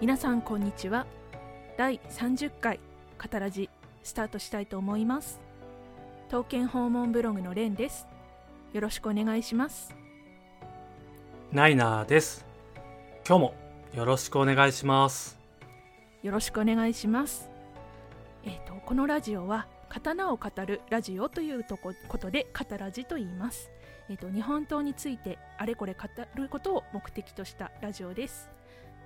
皆さんこんにちは第30回カタラジスタートしたいと思います刀剣訪問ブログのレンですよろしくお願いしますナイナーです。今日もよろしくお願いします。よろしくお願いしますえっ、とこのラジオは刀を語るラジオというとこことでカタラジと言いますえっ、と日本刀についてあれこれ語ることを目的としたラジオです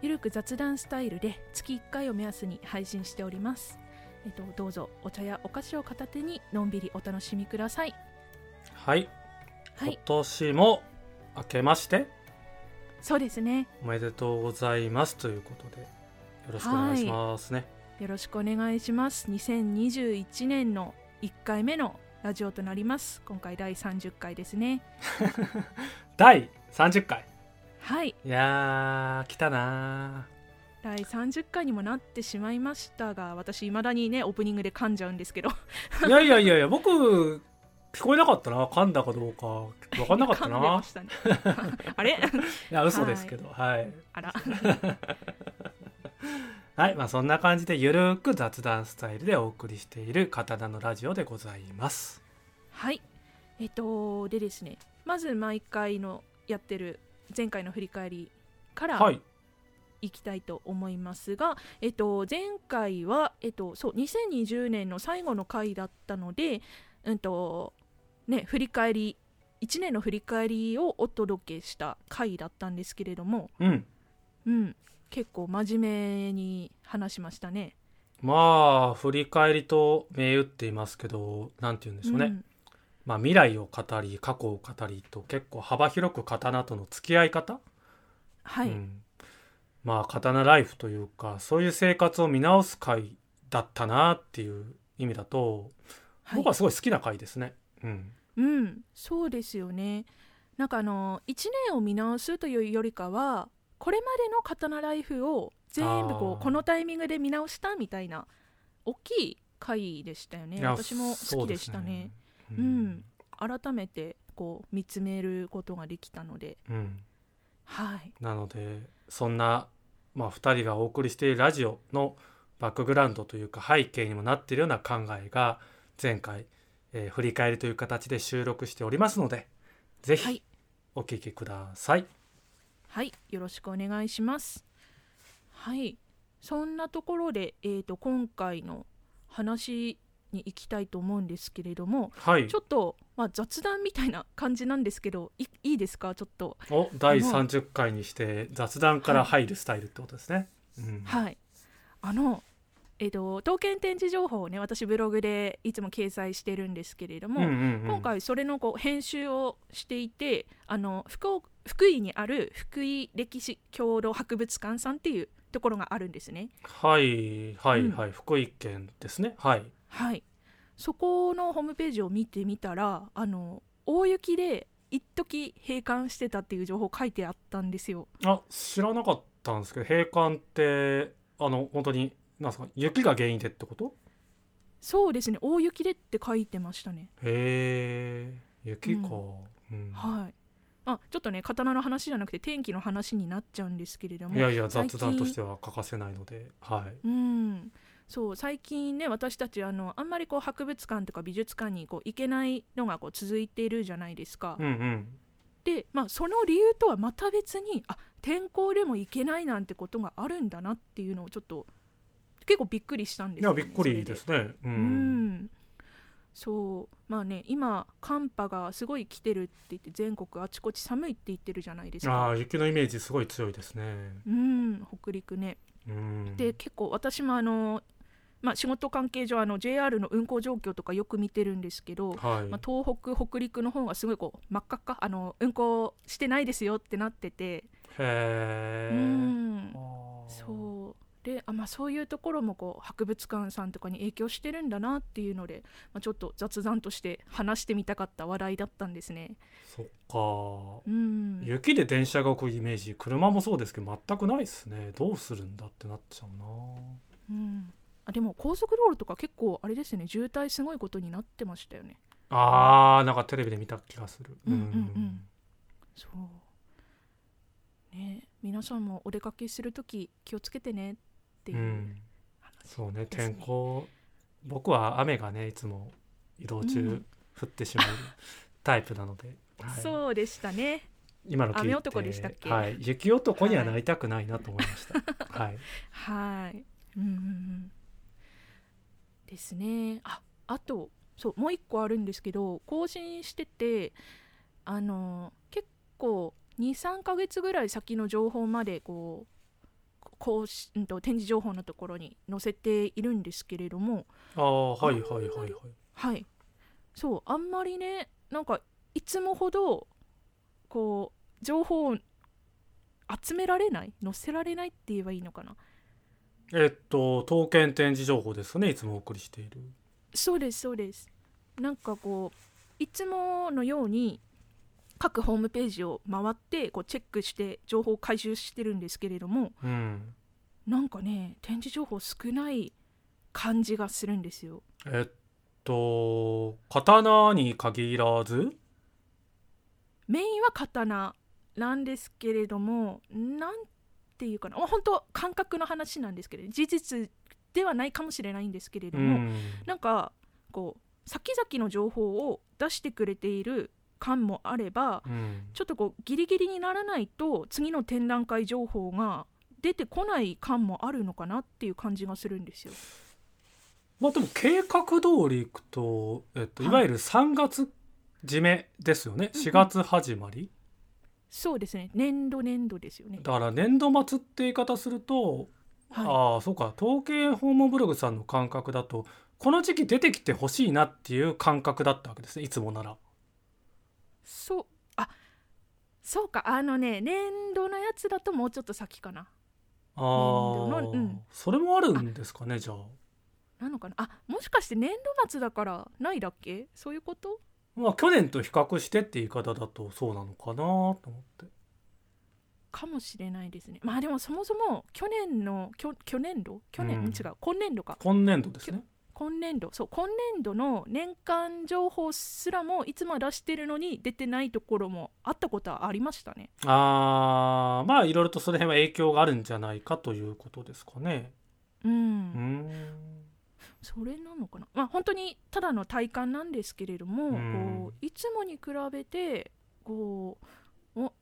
ゆるく雑談スタイルで月1回を目安に配信しておりますえっ、とどうぞお茶やお菓子を片手にのんびりお楽しみくださいはい、はい今年も明けましてそうですねおめでとうございますということでよろしくお願いしますね。よろしくお願いします2021年の1回目のラジオとなります今回第30回ですね第30回。はいいやー、来たな第30回にもなってしまいましたが私いまだにねオープニングで噛んじゃうんですけど ー。いやいやいやいや、僕、聞こえなかったな。噛んだかどうか、わかんなかっ噛たんでまな。したね あれいや、嘘ですけど、はい。あらはい、まあそんな感じでゆるーく雑談スタイルでお送りしている刀のラジオでございます。はいえっとでですねまず毎回のやってる前回の振り返りから、はい。いきたいと思いますが、えっと、前回は、えっと、そう2020年の最後の回だったので、うんとね、振り返り1年の振り返りをお届けした回だったんですけれども、うん。うん、結構真面目に話しましたね。まあ振り返りと銘打っていますけどなんて言うんでしょうね、うんまあ、未来を語り過去を語りと結構幅広く刀との付き合い方、はいうんまあ刀ライフというかそういう生活を見直す回だったなっていう意味だと、はい僕はすごい好きな回ですね。うん、うん、そうですよね。なんかあの1年を見直すというよりかはこれまでの刀ライフを全部こうあーこのタイミングで見直したみたいな大きい回でしたよねいや私もそ好うきでしたねすうねん改めてこう見つめることができたのでうんうんはいなのでそんな、まあ、2人がお送りしているラジオのバックグラウンドというか背景にもなっているような考えが前回、えー振り返りという形で収録しておりますのでぜはいひお聞きください。はいよろしくお願いしますはいそんなところで、えー、と今回の話に行きたいと思うんですけれどもはい、ちょっと、まあ、雑談みたいな感じなんですけどいいいですかちょっとお第30回にして雑談から入るスタイルってことですね。うんはいあのえっ、と刀剣展示情報をね私ブログでいつも掲載してるんですけれども、うんうんうん今回それのこう編集をしていてあの福岡福井にある福井歴史郷土博物館さんっていうところがあるんですね。はいはいうんはい、福井県ですね。はい、はい、そこのホームページを見てみたらあの大雪で一時閉館してたっていう情報書いてあったんですよ。あ知らなかったんですけど閉館ってあの本当になんですか雪が原因でってことそうですね大雪でって書いてましたね。へえ雪か、うんはいあちょっとね刀の話じゃなくて天気の話になっちゃうんですけれどもいやいや最雑近談としては欠かせないのではいうん、そう最近ね私たちあのあんまりこう博物館とか美術館にこう行けないのがこう続いているじゃないですか。うんうんで、まあ、その理由とはまた別にあ天候でも行けないなんてことがあるんだなっていうのをちょっと結構びっくりしたんでいすやよびねっくりで。すねそうれでんうんそうまあね今寒波がすごい来てるって言って全国あちこち寒いって言ってるじゃないですあか。あ雪のイメージすごい強いですねうん北陸ねうんで結構私もあの、まあ、仕事関係上あの JR の運行状況とかよく見てるんですけど、はい、まあ、東北北陸の方がすごいこう真っ赤っかあの運行してないですよってなってて、へうえんそうであ、まあ、そういうところもこう博物館さんとかに影響してるんだなっていうので、まあ、ちょっと雑談として話してみたかった話題だったんですね。そっかうん雪で電車が置くイメージ車もそうですけど全くないですねどうするんだってなっちゃうなうんあでも高速道路とか結構あれですね渋滞すごいことになってましたよね。あーなんかテレビで見た気がする、うんうんうんそうね、皆さんもお出かけするとき気をつけてねっていううん話、そうねですね天候僕は雨がねいつも移動中、うん降っ てしまうタイプなので、はいそうでしたね今の聞いて雨男でしたっけはい、雪男にはなりたくないなと思いま した、はいはいうんうんうんですねああとそうもう一個あるんですけど更新しててあの結構23ヶ月ぐらい先の情報までこう更新と展示情報のところに載せているんですけれどもああはいはいはいはいはいそうあんまりねなんかいつもほどこう情報を集められない載せられないって言えばいいのかなえっと刀剣展示情報ですねいつもお送りしているそうですそうですなんかこういつものように各ホームページを回ってこうチェックして情報を回収してるんですけれどもうんなんかね展示情報少ない感じがするんですよえっと刀に限らずメインは刀なんですけれどもなんていうかなもう本当感覚の話なんですけれど事実ではないかもしれないんですけれどうも、んなんかこう先々の情報を出してくれている感もあればうんちょっとこうギリギリにならないと次の展覧会情報が出てこない感もあるのかなっていう感じがするんですよ。まあでも計画通りいくと、えっと、はいいわゆる3月締めですよねうんうん4月始まり、そうですね年度年度ですよね。だから年度末って言い方すると、はああそうか統計訪問ブログさんの感覚だとこの時期出てきてほしいなっていう感覚だったわけですねいつもなら。い、そうあそうかあのね年度のやつだともうちょっと先かな。あ度あ、のうんそれもあるんですかねじゃあ。なのかなあもしかして年度末だからないだっけそういうことまあ去年と比較してって言い方だとそうなのかなと思って。かもしれないですね。まあでもそもそも去年のきょ去年度去年、うん違う今年度か今年度ですね。今年度そう今年度の年間情報すらもいつもは出してるのに出てないところもあったことはありましたねああまあいろいろとその辺は影響があるんじゃないかということですかね。うん、うーんそれなのかなまあ本当にただの体感なんですけれども、うんこういつもに比べてこうお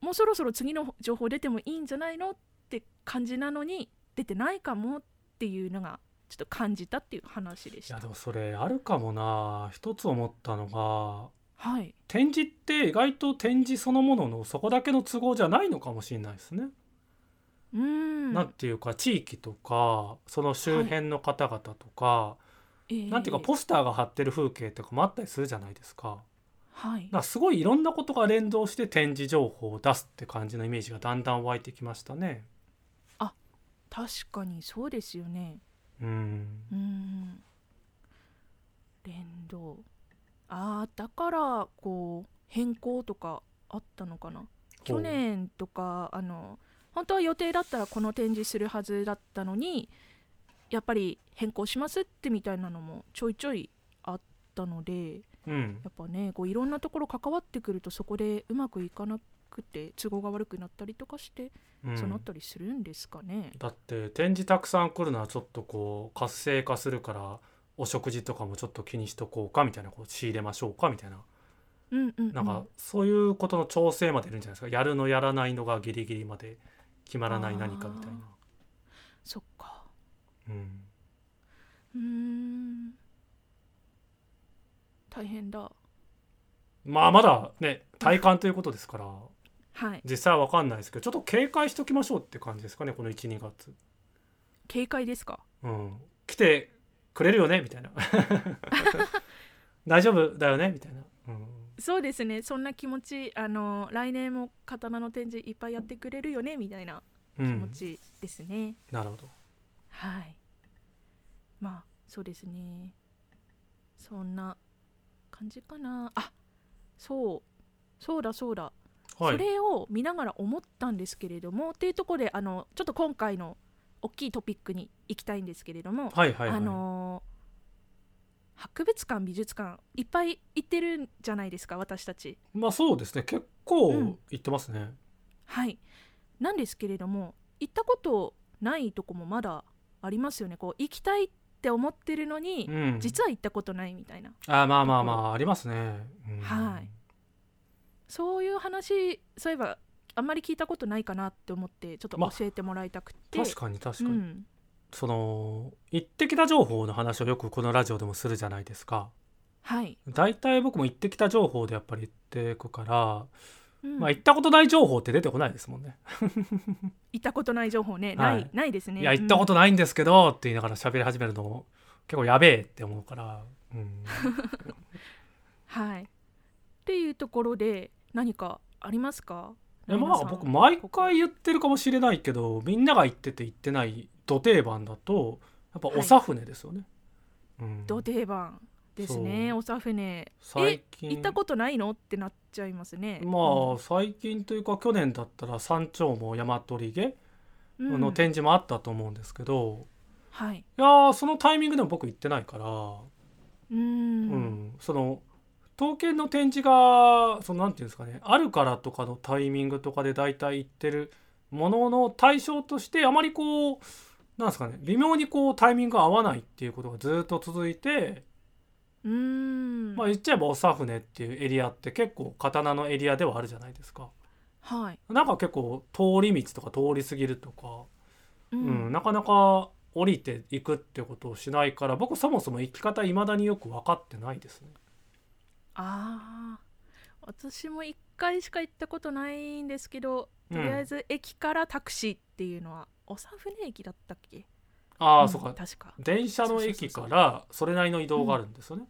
もうそろそろ次の情報出てもいいんじゃないのって感じなのに出てないかもっていうのがちょっと感じたっていう話でしいやたでもそれあるかもな一つ思ったのがはい展示って意外と展示そのもののそこだけの都合じゃないのかもしれないですね。うんなんていうか地域とかその周辺の方々とか、えーなんていうかポスターが貼ってる風景とかもあったりするじゃないですか。はいなんかすごいいろんなことが連動して展示情報を出すって感じのイメージがだんだん湧いてきましたね。確かにそうですよねうんうーん連動ああだからこう変更とかあったのかな去年とかあの本当は予定だったらこの展示するはずだったのにやっぱり変更しますってみたいなのもちょいちょいあったのでうんやっぱねこういろんなところ関わってくるとそこでうまくいかなくて都合が悪くなったりとかして、うんそうなったりするんですかね。だって展示たくさん来るのはちょっとこう活性化するからお食事とかもちょっと気にしとこうかみたいなこう仕入れましょうかみたいなうんうんうん、なんかそういうことの調整までいるんじゃないですかやるのやらないのがギリギリまで決まらない何かみたいな。そっかうんうーん大変だまあまだね体感ということですからはい実際は分かんないですけどちょっと警戒しときましょうって感じですかねこの12月。警戒ですかうん、来てくれるよねみた いな大丈夫だよねみたいな、うん、そうですねそんな気持ちあの来年も刀の展示いっぱいやってくれるよねみたいなう気持ん、ちですね、なるほどはいまあそうですねそんな感じかなあそうそうだそうだはいそれを見ながら思ったんですけれどもっていうところであのちょっと今回の大きいトピックに行きたいんですけれども、はいはいはいあのー博物館美術館いっぱい行ってるんじゃないですか私たちまあそうですね結う構ん言ってますね、はいなんですけれども行ったことないとこもまだありますよねこう行きたいって思ってるのに、うん、実は行ったことないみたいなあまあまあまあありますね、うんはいそういう話そういえばあんまり聞いたことないかなって思ってちょっとまあ教えてもらいたくて、確かに確かに、うん、その一滴た情報の話をよくこのラジオでもするじゃないですかはい、大体僕も行ってきた情報でやっぱり言っていくから、うんまあ行ったことない情報って出てこないですもんね、行ったことない情報ね、はいないないですねいや行ったことないんですけどって言いながら喋り始めるのも結構やべえって思うから、うん、うんはいっていうところで何かありますかえまナナあさん僕毎回言ってるかもしれないけどみんなが行ってて行ってない土定番だとやっぱはいおさふねですよね。うんど定番ですねそおさふね最近行ったことないのってなっちゃいますねまあ最近というか去年だったら山頂も大和取毛うんの展示もあったと思うんですけど、はいいやーそのタイミングでも僕行ってないから、うーんうんその刀剣の展示がそのなんていうんですかねあるからとかのタイミングとかで大体言ってるものの対象としてあまりこうなんですかね微妙にこうタイミングが合わないっていうことがずっと続いて、うーんまあ言っちゃえばおさふねっていうエリアって結構刀のエリアではあるじゃないですか。はいなんか結構通り道とか通り過ぎるとか、ううん、なかなか降りていくってことをしないから僕そもそも行き方未だによく分かってないですね。ああ私も1回しか行ったことないんですけどうんとりあえず駅からタクシーっていうのは、おさふね駅だったっけああ、うんそうか確か電車の駅からそれなりの移動があるんですよね。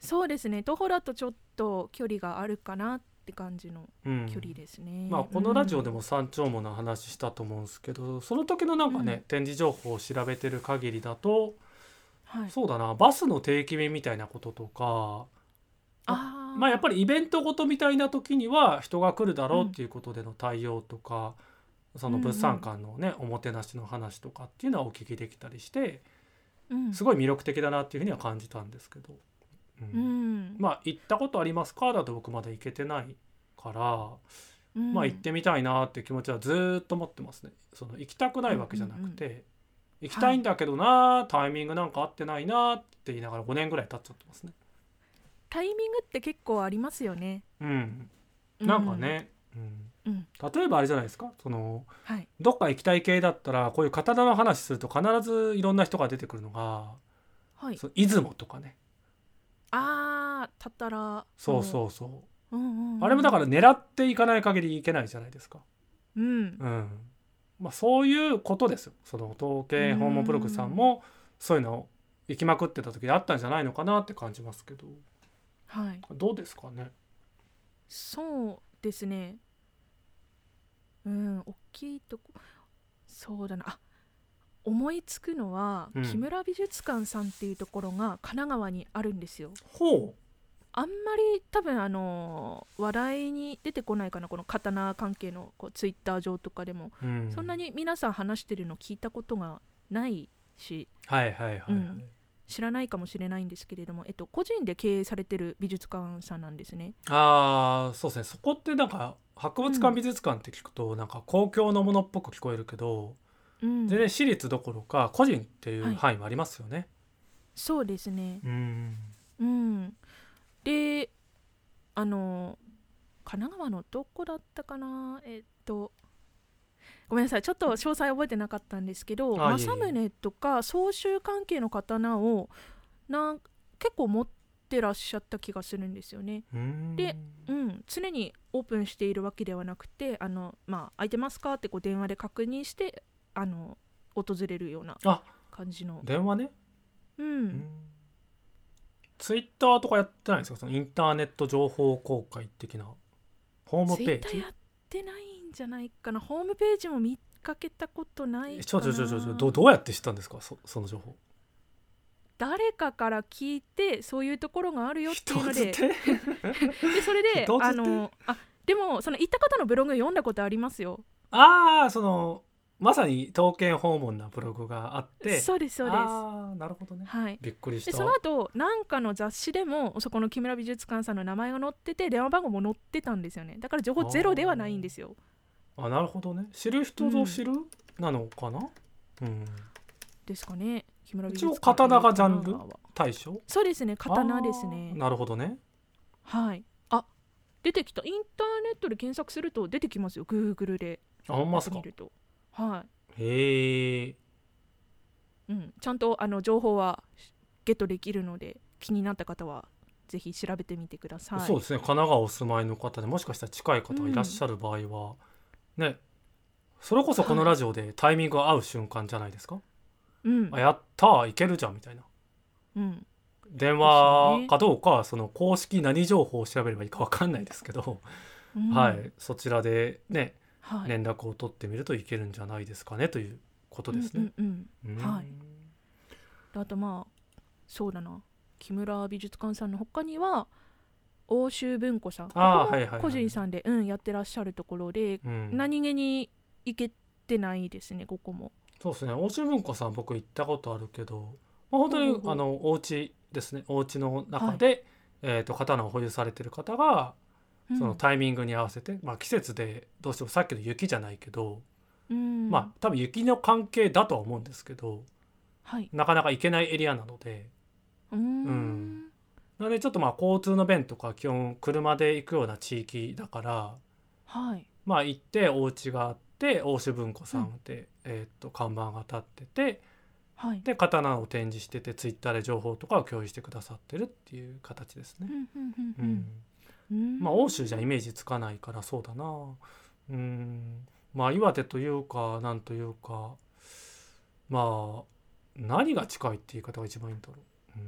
そうですね徒歩だとちょっと距離があるかなって感じのうん距離ですね、まあ、このラジオでも山頂門の話したと思うんですけどその時のなんかね、うん展示情報を調べてる限りだと、うん、はい、そうだなバスの定期便みたいなこととかあまあやっぱりりイベントごとみたいな時には人が来るだろうっていうことでの対応とか、その物産館のねおもてなしの話とかっていうのはお聞きできたりしてすごい魅力的だなっていうふうには感じたんですけど。うんうん、まあ行ったことありますかだと僕まだ行けてないから、うんまあ行ってみたいなっていう気持ちはずーっと持ってますねその行きたくないわけじゃなくて、行きたいんだけどな、タイミングなんか合ってないなって言いながら5年ぐらい経っちゃってますねタイミングって結構ありますよねうんなんか、ね、ううんん例えばあれじゃないですかそのはいどっか行きたい系だったらこういう刀の話すると必ずいろんな人が出てくるのが、はいその出雲とかねああたったら、そうそうそううんうんう、うんあれもだから狙っていかない限り行けないじゃないですかうんうんまあ、そういうことですよその統計訪問ブログさんもそういうのを行きまくってた時あったんじゃないのかなって感じますけどはいどうですかねそうですねうん大きいとこそうだなあ思いつくのは、うん木村美術館さんっていうところが神奈川にあるんですよほあんまり多分あのー話題に出てこないかなこの刀関係のこうツイッター上とかでも、う、うん、そんなに皆さん話してるの聞いたことがないしはいはいはいはうい、ん知らないかもしれないんですけれども、えっと、個人で経営されてる美術館さんなんですねああそうですねそこってなんか博物う館ん美術館って聞くとなんか公共のものっぽく聞こえるけど、うん全然私立どころか個人っていはいう範囲もありますよね。そうですねうんうん、であの神奈川のどこだったかなえっとごめんなさいちょっと詳細覚えてなかったんですけどあいえいえ政宗とか総集関係の刀をなん結構持ってらっしゃった気がするんですよね。うんでうん、常にオープンしているわけではなくて「あのまあ、空いてますか?」ってこう電話で確認してあの訪れるようなあ感じの。電話ね、う、うんんツイッターとかやってないんですかそのインターネット情報公開的なホームツイペッータジーやってないんじゃないかなホームページも見かけたことないかえなちょちょちょちょちょどどうやって知ったんですかそその情報誰かから聞いてそういうところがあるよっていうの人でづて でそれで人づてあのあでもその行った方のブログ読んだことありますよああそのまさに刀剣訪問なブログがあってそうですそうですああなるほどねはいびっくりしでたその後なんかの雑誌でもそこの木村美術館さんの名前が載ってて電話番号も載ってたんですよねだから情報ゼロではないんですよあなるほどね知る人ぞ知る、なのかな、うん、ですかね木村美一応術館刀がジャンルは大将そうですね刀ですあーねなるほどねはいあ出てきたインターネットで検索すると出てきますよ Google であほんまっす見かるとはへえい、うん、ちゃんとあの情報はゲットできるので気になった方はぜひ調べてみてくださいそうですね神奈川お住まいの方でもしかしたら近い方がいらっしゃる場合は、ねそれこそこのラジオでタイミングが合う瞬間じゃないですか、うんあやったーいけるじゃんみたいなうん電ですよ話ねかどうかその公式何情報を調べればいいかわかんないですけど、うんはいそちらでねはい連絡を取ってみるといけるんじゃないですかねということですね。うんうんうんうんはいあとまあそうだな木村美術館さんの他には欧州文庫さんここあーもはいはいはい個人さんで、うん、やってらっしゃるところで、うん何気に行けてないですねここもそうですね大中文庫さん僕行ったことあるけど、まあ、本当ほうほにうほうあのお家ですねお家の中で、えー、と刀を保有されてる方がうんそのタイミングに合わせて、まあ、季節でどうしてもさっきの雪じゃないけど、うんまあ多分雪の関係だとは思うんですけどはいなかなか行けないエリアなので。うーんうんなのでちょっとまあ交通の便とか基本車で行くような地域だからはいまあ行ってお家があって欧州文庫さんで、えーっと看板が立っててはいで刀を展示しててツイッターで情報とかを共有してくださってるっていう形ですうね。んうんうんううんんうんまあ欧州じゃイメージつかないからそうだなうんまあ岩手というかなんというかまあ何が近いって言い方が一番いいんだろう。うん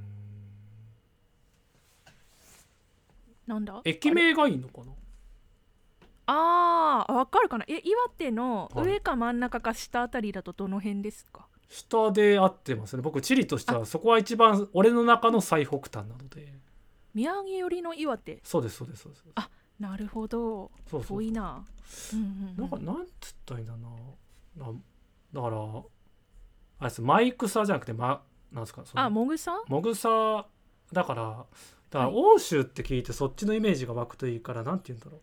なんだ駅あれ名がいいのかなあーわかるかなえ岩手のはい上か真ん中か下あたりだとどの辺ですか下で合ってますね僕地理としてはそこは一番俺の中の最北端なので宮城寄りの岩手そうですそうですそうですあなるほどそうそう遠いなうんうんうなんんかなんつったらいいんだななだからあれですマイクサじゃなくてまなんですかそあのもぐさんモグサだからだからはい欧州って聞いてそっちのイメージが湧くといいからなんて言うんだろ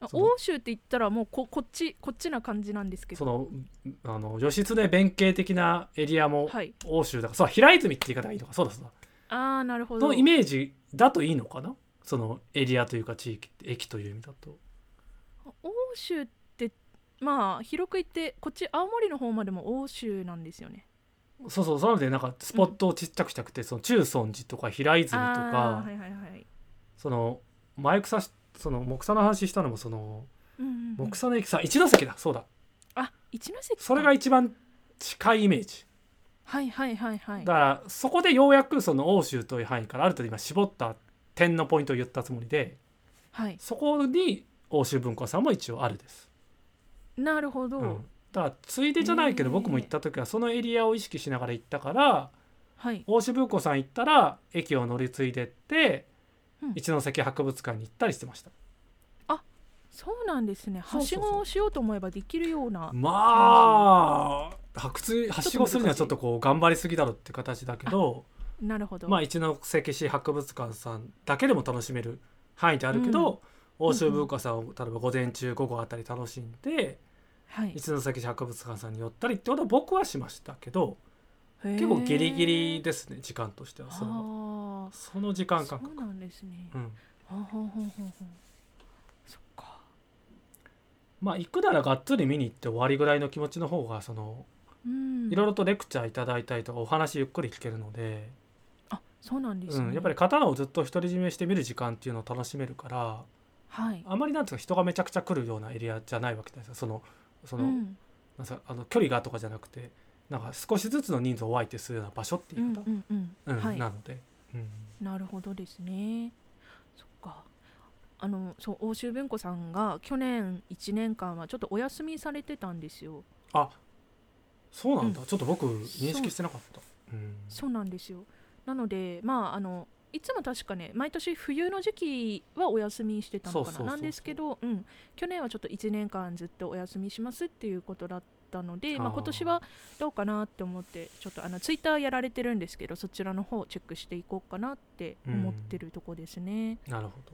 あその欧州って言ったらもうここっちこっちな感じなんですうけそどのあの義経弁慶的なエリアもはい欧州だから、そう平泉って言い方がいいのかそうだそうだああなるほそどのイメージだといいのかなそのエリアというか地域駅という意味だと。欧州ってまあ広く言ってこっち青森の方までも欧州なんですよねそうそうなのでなんかスポットをちっちゃくしたくて、その中尊寺とか平泉とあか、ーはいはいはいその前草しその木草の話したのもそのうんうんうん木草の駅さ一ノ関だそうだあ一ノ関かそれが一番近いイメージ、はいはいはいはいだからそこでようやくその欧州という範囲からある程度今絞った点のポイントを言ったつもりではいそこに欧州文庫さんも一応あるです、なるほど、うんだからついでじゃないけどへー僕も行った時はそのエリアを意識しながら行ったからはい大志文庫さん行ったら駅を乗り継いでって、うん一関博物館に行ったりしてましたそうなんですねそうはそしうそうごをしようと思えばできるようなまあ発掘はしごするにはちょっとこう頑張りすぎだろって形だけどなるほど、まあ一関市博物館さんだけでも楽しめる範囲であるけど、欧州文化さんを例えば午前中午後あたり楽しんで、はい、一関市博物館さんに寄ったりってことは僕はしましたけど結構ギリギリでですね時間としてはそのああその時間そ感う覚。なんですね、うんほんほんほんほんほんそっかまあ行くならがっつり見に行って終わりぐらいの気持ちの方がそのうんいろいろとレクチャーいただいたりとかお話ゆっくり聞けるので、あそうなんですうね、ん、やっぱり刀をずっと独り占めして見る時間っていうのを楽しめるからはいあまりなんていうか人がめちゃくちゃ来るようなエリアじゃないわけじゃないですかそのその,、うんなんすかあの距離がとかじゃなくてなんか少しずつの人数をお相手するような場所ってういうんか、うんうんうんはいなので、うん、なるほどですねそっかあのそう欧州文庫さんが去年1年間はちょっとお休みされてたんですよあそうなんだ、うちょっと僕認識してなかった。うんそうなんですよなのでまああのいつも確かね毎年冬の時期はお休みしてたのかなそうそうそうそうなんですけど、うん、去年はちょっと1年間ずっとお休みしますっていうことだったのでまああ、ー今年はどうかなって思ってちょっとあのツイッターやられてるんですけどそちらの方をチェックしていこうかなって思ってるとこですね。なるほど、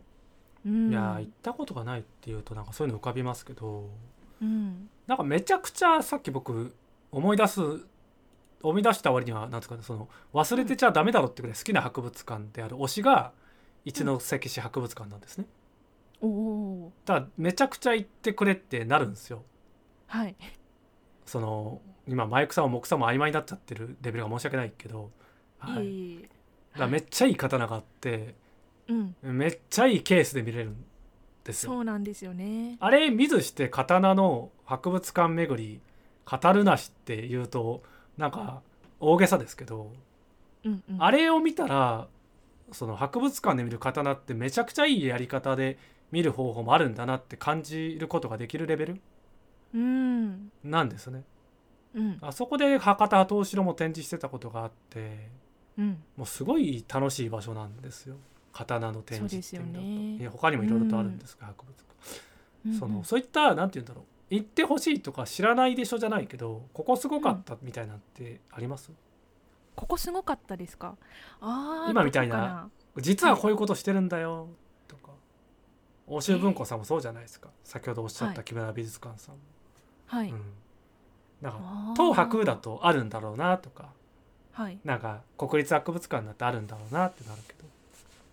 うんいやー行ったことがないっていうとなんかそういうの浮かびますけどうんなんかめちゃくちゃさっき僕思い出す思い出した割にはなんですかねその忘れてちゃダメだろってくらい好きな博物館である推しが一ノ関市博物館なんですね。おおだからめちゃくちゃ行ってくれってなるんですよ。はい、その今マイクさんも木さんも曖昧になっちゃってるレベルが申し訳ないけど、はいい、いいだからめっちゃいい刀があってうんめっちゃいいケースで見れるんですよ。そうなんですよねあれ見ずして刀の博物館巡り語るなしって言うとなんか大げさですけどうんうんあれを見たらその博物館で見る刀ってめちゃくちゃいいやり方で見る方法もあるんだなって感じることができるレベルうんなんですね。うんあそこで博多藤代も展示してたことがあってうんもうすごい楽しい場所なんですよ刀の展示っていうそのうですよねとえ他にもいろいろとあるんですが、博物館。うんそのそういったなんて言うんだろう行ってほしいとか知らないでしょじゃないけどここすごかったみたいなんてあります、ここすごかったですかあー今みたいなどこかな実はこういうことしてるんだよとか欧州文庫さんもそうじゃないですか、先ほどおっしゃっはたい木村美術館さんも、はい、うん、なんかあー東博だとあるんだろうなとかはいなんか国立博物館だってあるんだろうなってなるけ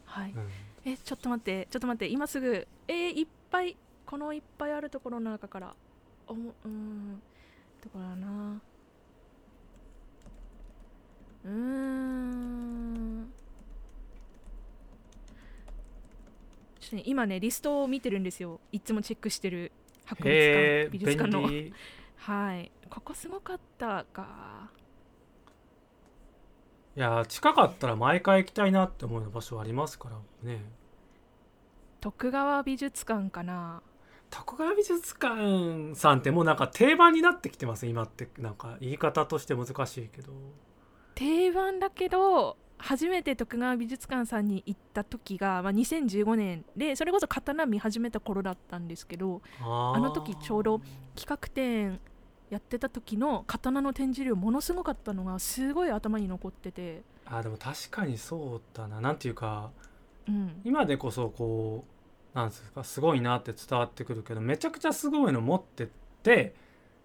はいど、うんえちょっと待ってちょっと待って今すぐえーいっぱいこのいっぱいあるところの中からおもうーんどこだなうーんちょっとね今ねリストを見てるんですよいつもチェックしてる博物へ館美え術便館の利はいここすごかったかいや近かったら毎回行きたいなって思う場所ありますからね徳川美術館かな徳川美術館さんってもうなんか定番になってきてます今ってなんか言い方として難しいけど定番だけど初めて徳川美術館さんに行った時が、まあ、2015年でそれこそ刀見始めた頃だったんですけどあーあの時ちょうど企画展やってた時の刀の展示量ものすごかったのがすごい頭に残ってて、あでも確かにそうだななんていうかうん、今でこそこうなんですかすごいなって伝わってくるけどめちゃくちゃすごいの持ってって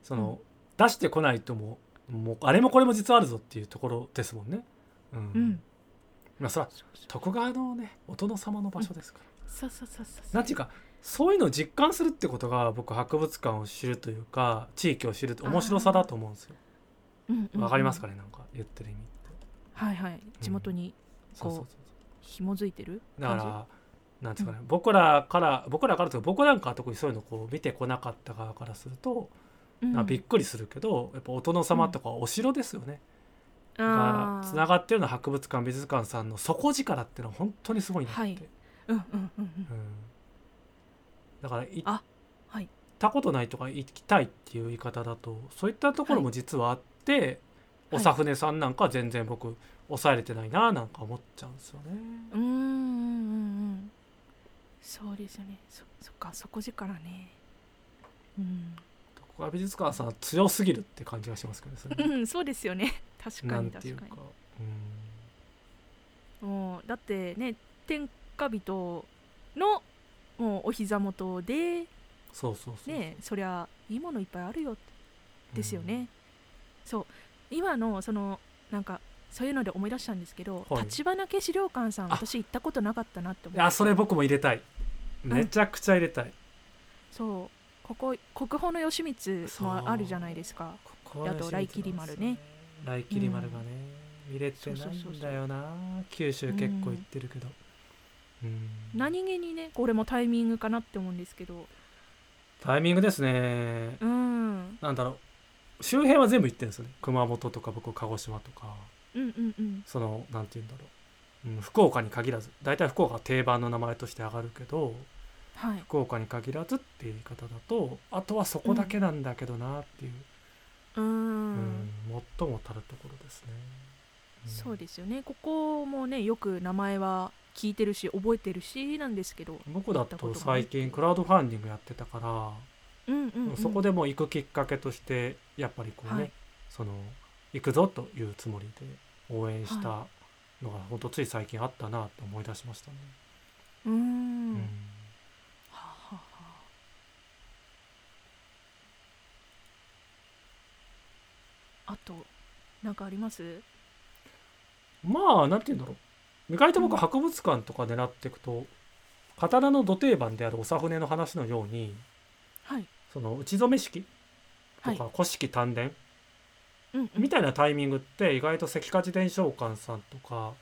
その、出してこないとももうあれもこれも実はあるぞっていうところですもんね。うんうん、まあそら徳川のねお殿様の場所ですから。そうそうそうそうなんていうかそういうのを実感するってことが僕博物館を知るというか地域を知るって面白さだと思うんですよ。うんうんわかりますかねねなんか言ってる意味って。はいはい地元にそうそうそうこ紐づいてるだか感じらなんていうかね、僕らから僕らからというか僕なんかは特にそういうのこう見てこなかった側からすると、うんなんかびっくりするけどやっぱお殿様とかお城ですよね、があつなーがってるのは博物館美術館さんの底力っていうのは本当にすごいなって、はいうんうんうんうんうん、だから行っあはいたことないとか行きたいっていう言い方だとそういったところも実はあって、はいおさふねさんなんかは全然僕抑えれてないななんか思っちゃうんですよね。うーんうんうんそうですよねそそっか底力ねうん、徳川美術館さんは強すぎるって感じがしますけどねそれねうん、そうですよね 確かなんにてい確うかかにもうだってね天下人のもうお膝元でそうそうそうねそりゃいいものいっぱいあるようんですよね、そう今のそのなんかそういうので思い出したんですけどはい立花家資料館さんあ私行ったことなかったなって思いってやそれ僕も入れたいめちゃくちゃ入れたい、そうここ国宝の義満もあるじゃないですかここはねあと雷霧丸ね雷霧丸がね、入れてないんだよな九州結構行ってるけど、うん何気にねこれもタイミングかなって思うんですけどタイミングですねうんうんなんだろう周辺は全部行ってるんですよね熊本とか僕鹿児島とかうんうんそのなんて言うんだろう、うん、福岡に限らず大体福岡は定番の名前として上がるけどはい福岡に限らずっていう言い方だとあとはそこだけなんだけどなっていう、うーんうん最もたるところですね、んそうですよねここもねよく名前は聞いてるし覚えてるしなんですけど僕だ行ったこととがない最近クラウドファンディングやってたかうら、んうん、うん、そこでもう行くきっかけとしてやっぱりこうね、はいその行くぞというつもりで応援したはのが本当つい最近あったなと思い出しましたね。うーん、うんはあはあはあとなんかありますまあなんて言うんだろう意外と僕博物館とか狙っていくと刀の土定番である長船の話のようにはいその打ち初め式はといか古式丹田うんうんみたいなタイミングって意外と関勝伝承館さんとか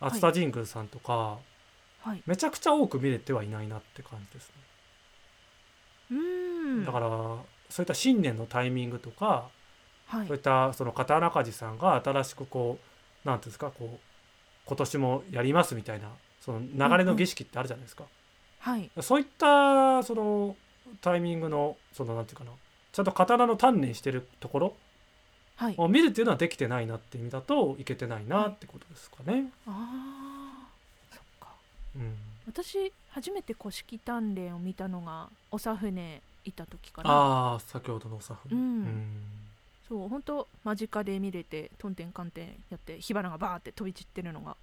熱田神宮さんとかはいめちゃくちゃ多く見れてはいないなって感じですうーね。んだからそういった新年のタイミングとかはいそういったその刀鍛冶さんが新しくこうなんていうんですかこう今年もやりますみたいなその流れの儀式ってあるじゃないですか、はいそういったそのタイミングのそのなんていうかなちゃんと刀の鍛錬してるところはいを見るっていうのはできてないなって意味だといけてないなってことですかね。あーそっかうん、私初めて古式鍛錬を見たのが長船いた時かなああ先ほどのお作う法んうんそう本当間近で見れてトンテンカンテンやって火花がバーって飛び散ってるのが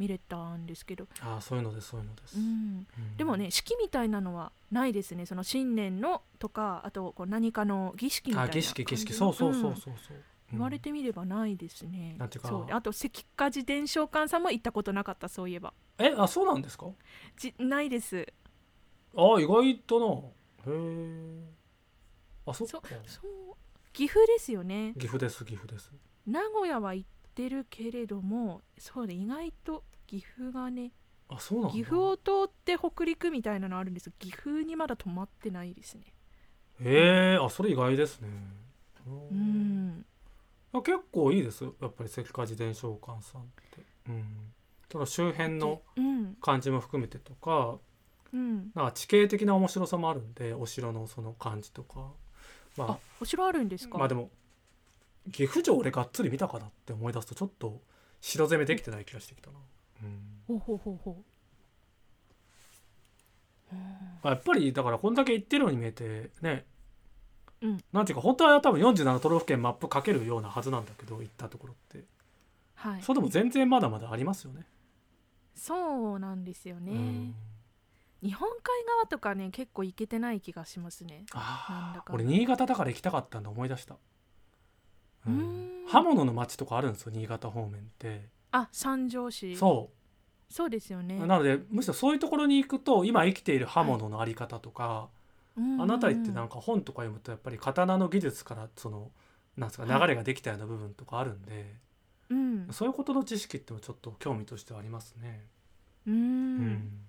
見れたんですけど、ああそういうのですそういうのです。うん、うんでもね式みたいなのはないですねその新年のとかあとこう何かの儀式みたいあな儀式儀式感じのそうそうそんうそうそう。言われてみればないですね。なんていうかそうあと関家寺伝承館さんも行ったことなかったそういえばうんえあそうなんですかじないですああ意外となへえあそっかそう岐阜ですよね岐阜です岐阜です名古屋は行ってるけれどもそうで意外と岐阜がねあそうなんだ岐阜を通って北陸みたいなのあるんですが岐阜にまだ止まってないですねへえあそれ意外ですねううんんあ結構いいですやっぱり関家寺伝承館さんってうんその周辺のうん感じも含めてとかうんなんか地形的な面白さもあるんでお城のその感じとかあまお城あるんですあか、まあでも岐阜城俺がっつり見たかなって思い出すとちょっと城攻めできてない気がしてきたな、うほんうほうほうほうまあやっぱりだからこんだけ行ってるように見えてね、うんなんていうか本当は多分47都道府県マップかけるようなはずなんだけど行ったところってはいそれでも全然まだまだありますよね。そうなんですよね、うん日本海側とかね結構行けてない気がしますねなあんだあか俺新潟だから行きたかったんだ思い出した、う、うんーん刃物の町とかあるんですよ新潟方面ってあ三条市そうそですよねうなのでむしろそういうところに行くと今生きている刃物のあり方とか、あなたりってなんかか本とか読むとやっぱり刀の技術からそのなんですかはい流れができたような部分とかあるんで、うんそういうことの知識ってもちょっと興味としてはありますね。ううんん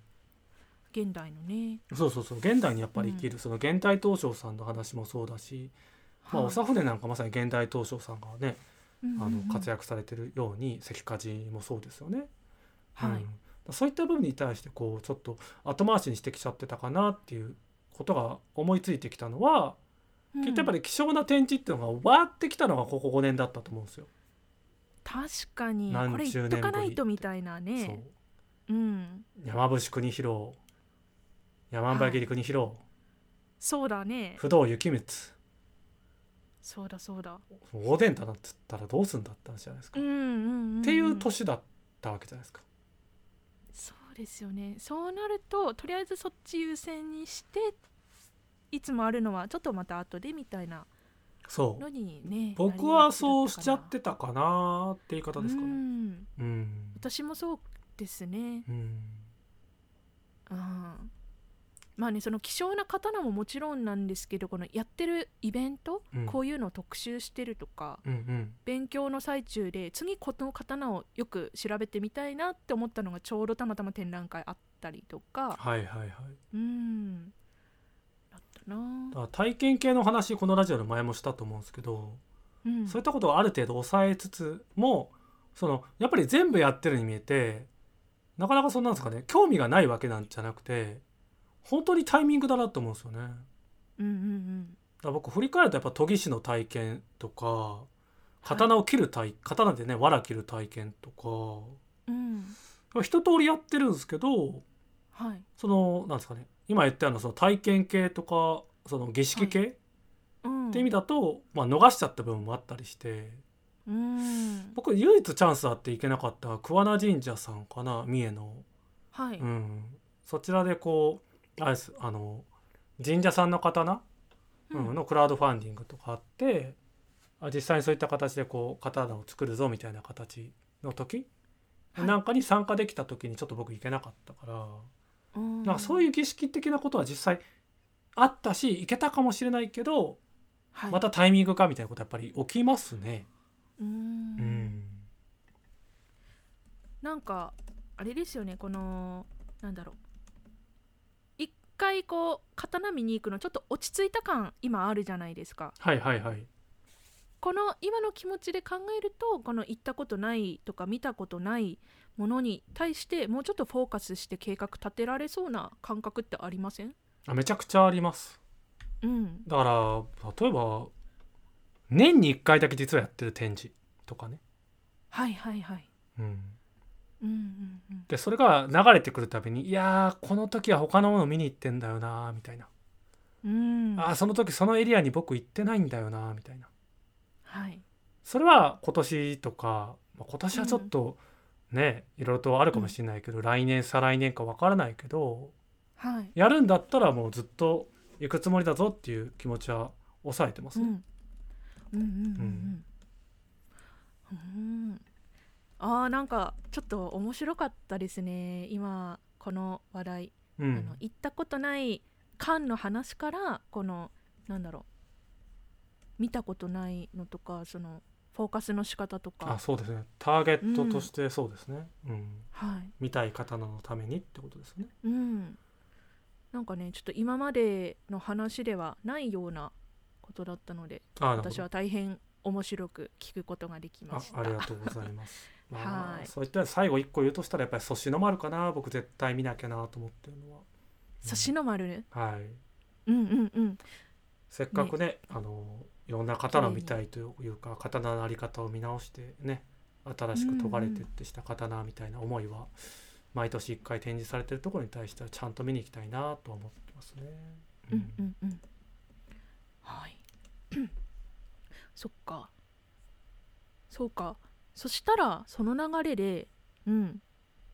現代のねそうそうそう現代にやっぱり生きるその現代東照さんの話もそうだし、まあ、おはいさふねなんかまさに現代東照さんがね、うんあうんうのん活躍されてるように関鍛冶もそうですよね。はいうんそういった部分に対してこうちょっと後回しにしてきちゃってたかなっていうことが思いついてきたのは、うんきっとやっぱり希少な展示っていうのがわーってきたのがここ5年だったと思うんですよ。確かに何これ十言っ年ぶとりかないとみたいなそねううん山伏国広山伏国広、そうだね不動幸光そうだそうだうおでんだなっつったらどうすんだって話じゃないですか、んうんうんんっていう年だったわけじゃないですかそうですよねそうなるととりあえずそっち優先にしていつもあるのはちょっとまた後でみたいなそのにね僕はそうしちゃってたかなって言いた方ですかうねんうん、私もそうですねうん、うんまあねその希少な刀ももちろんなんですけどこのやってるイベント、うんこういうのを特集してるとかうんうん勉強の最中で次この刀をよく調べてみたいなって思ったのがちょうどたまたま展覧会あったりとかはいはいはいうんだったなだから体験系の話このラジオの前もしたと思うんですけど、うんそういったことをある程度抑えつつもそのやっぱり全部やってるに見えてなかなかそんなんですかね興味がないわけなんじゃなくて本当にタイミングだなと思うんですよね。うんうんうんだから僕振り返るとやっぱ研ぎ師の体験とか刀を切る体、刀でね藁切る体験とうんか一通りやってるんですけどはいそのなんですかね今言ったようなその体験系とかその儀式系、うんって意味だと、まあ、逃しちゃった部分もあったりしてうん僕唯一チャンスあって行けなかった桑名神社さんかな三重の、はい、うん、そちらでこうあれですあの神社さんの刀、うんうんのクラウドファンディングとかあってあ実際にそういった形でこう刀を作るぞみたいな形の時、はいなんかに参加できた時にちょっと僕行けなかったから、なんかそういいう儀式的なことは実際あったし行けたかもしれないけど、うん、またたタイミングかみたいなことやっぱり起きますね。うーんなんかあれですよねこのなんだろう一回こう刀見に行くのちょっと落ち着いた感今あるじゃないですかはいはいはい。この今の気持ちで考えるとこの行ったことないとか見たことないものに対してもうちょっとフォーカスして計画立てられそうな感覚ってありませんあめちゃくちゃあります。うんだから例えば年に1回だけ実はやってる展示とかね。はいはいはいうん、うんうんうんでそれが流れてくるたびにいやーこの時は他のもの見に行ってんだよなーみたいな、うんあーその時そのエリアに僕行ってないんだよなーみたいなはいそれは今年とか、まあ今年はちょっとね、いろいろとあるかもしれないけど、来年再来年かわからないけどはいやるんだったらもうずっと行くつもりだぞっていう気持ちは抑えてますうね。ん、うんうんうんうんうんあーなんかちょっと面白かったですね今この話題、うんあの行ったことない缶の話からこのなんだろう見たことないのとかそのフォーカスの仕方とあかそうですねターゲットとしてそうですね、うんはい見たい方のためにってことですね。うんなんかねちょっと今までの話ではないようなことだったのであーなるほど私は大変面白く聞くことができまあしたありがとうござ います。まはあ、いそういった最後一個言うとしたらやっぱり粗品もあるかな僕絶対見なきゃなと思ってるのは。サシノマルはい、うんうんうんせっかくねあのいろんな刀を見たいというか刀のあり方を見直してね新しく研がれてってした刀みたいな思いは、毎年一回展示されてるところに対してはちゃんと見に行きたいなとは思ってますね。うんうんうんはい そっかそうかそしたらその流れでうん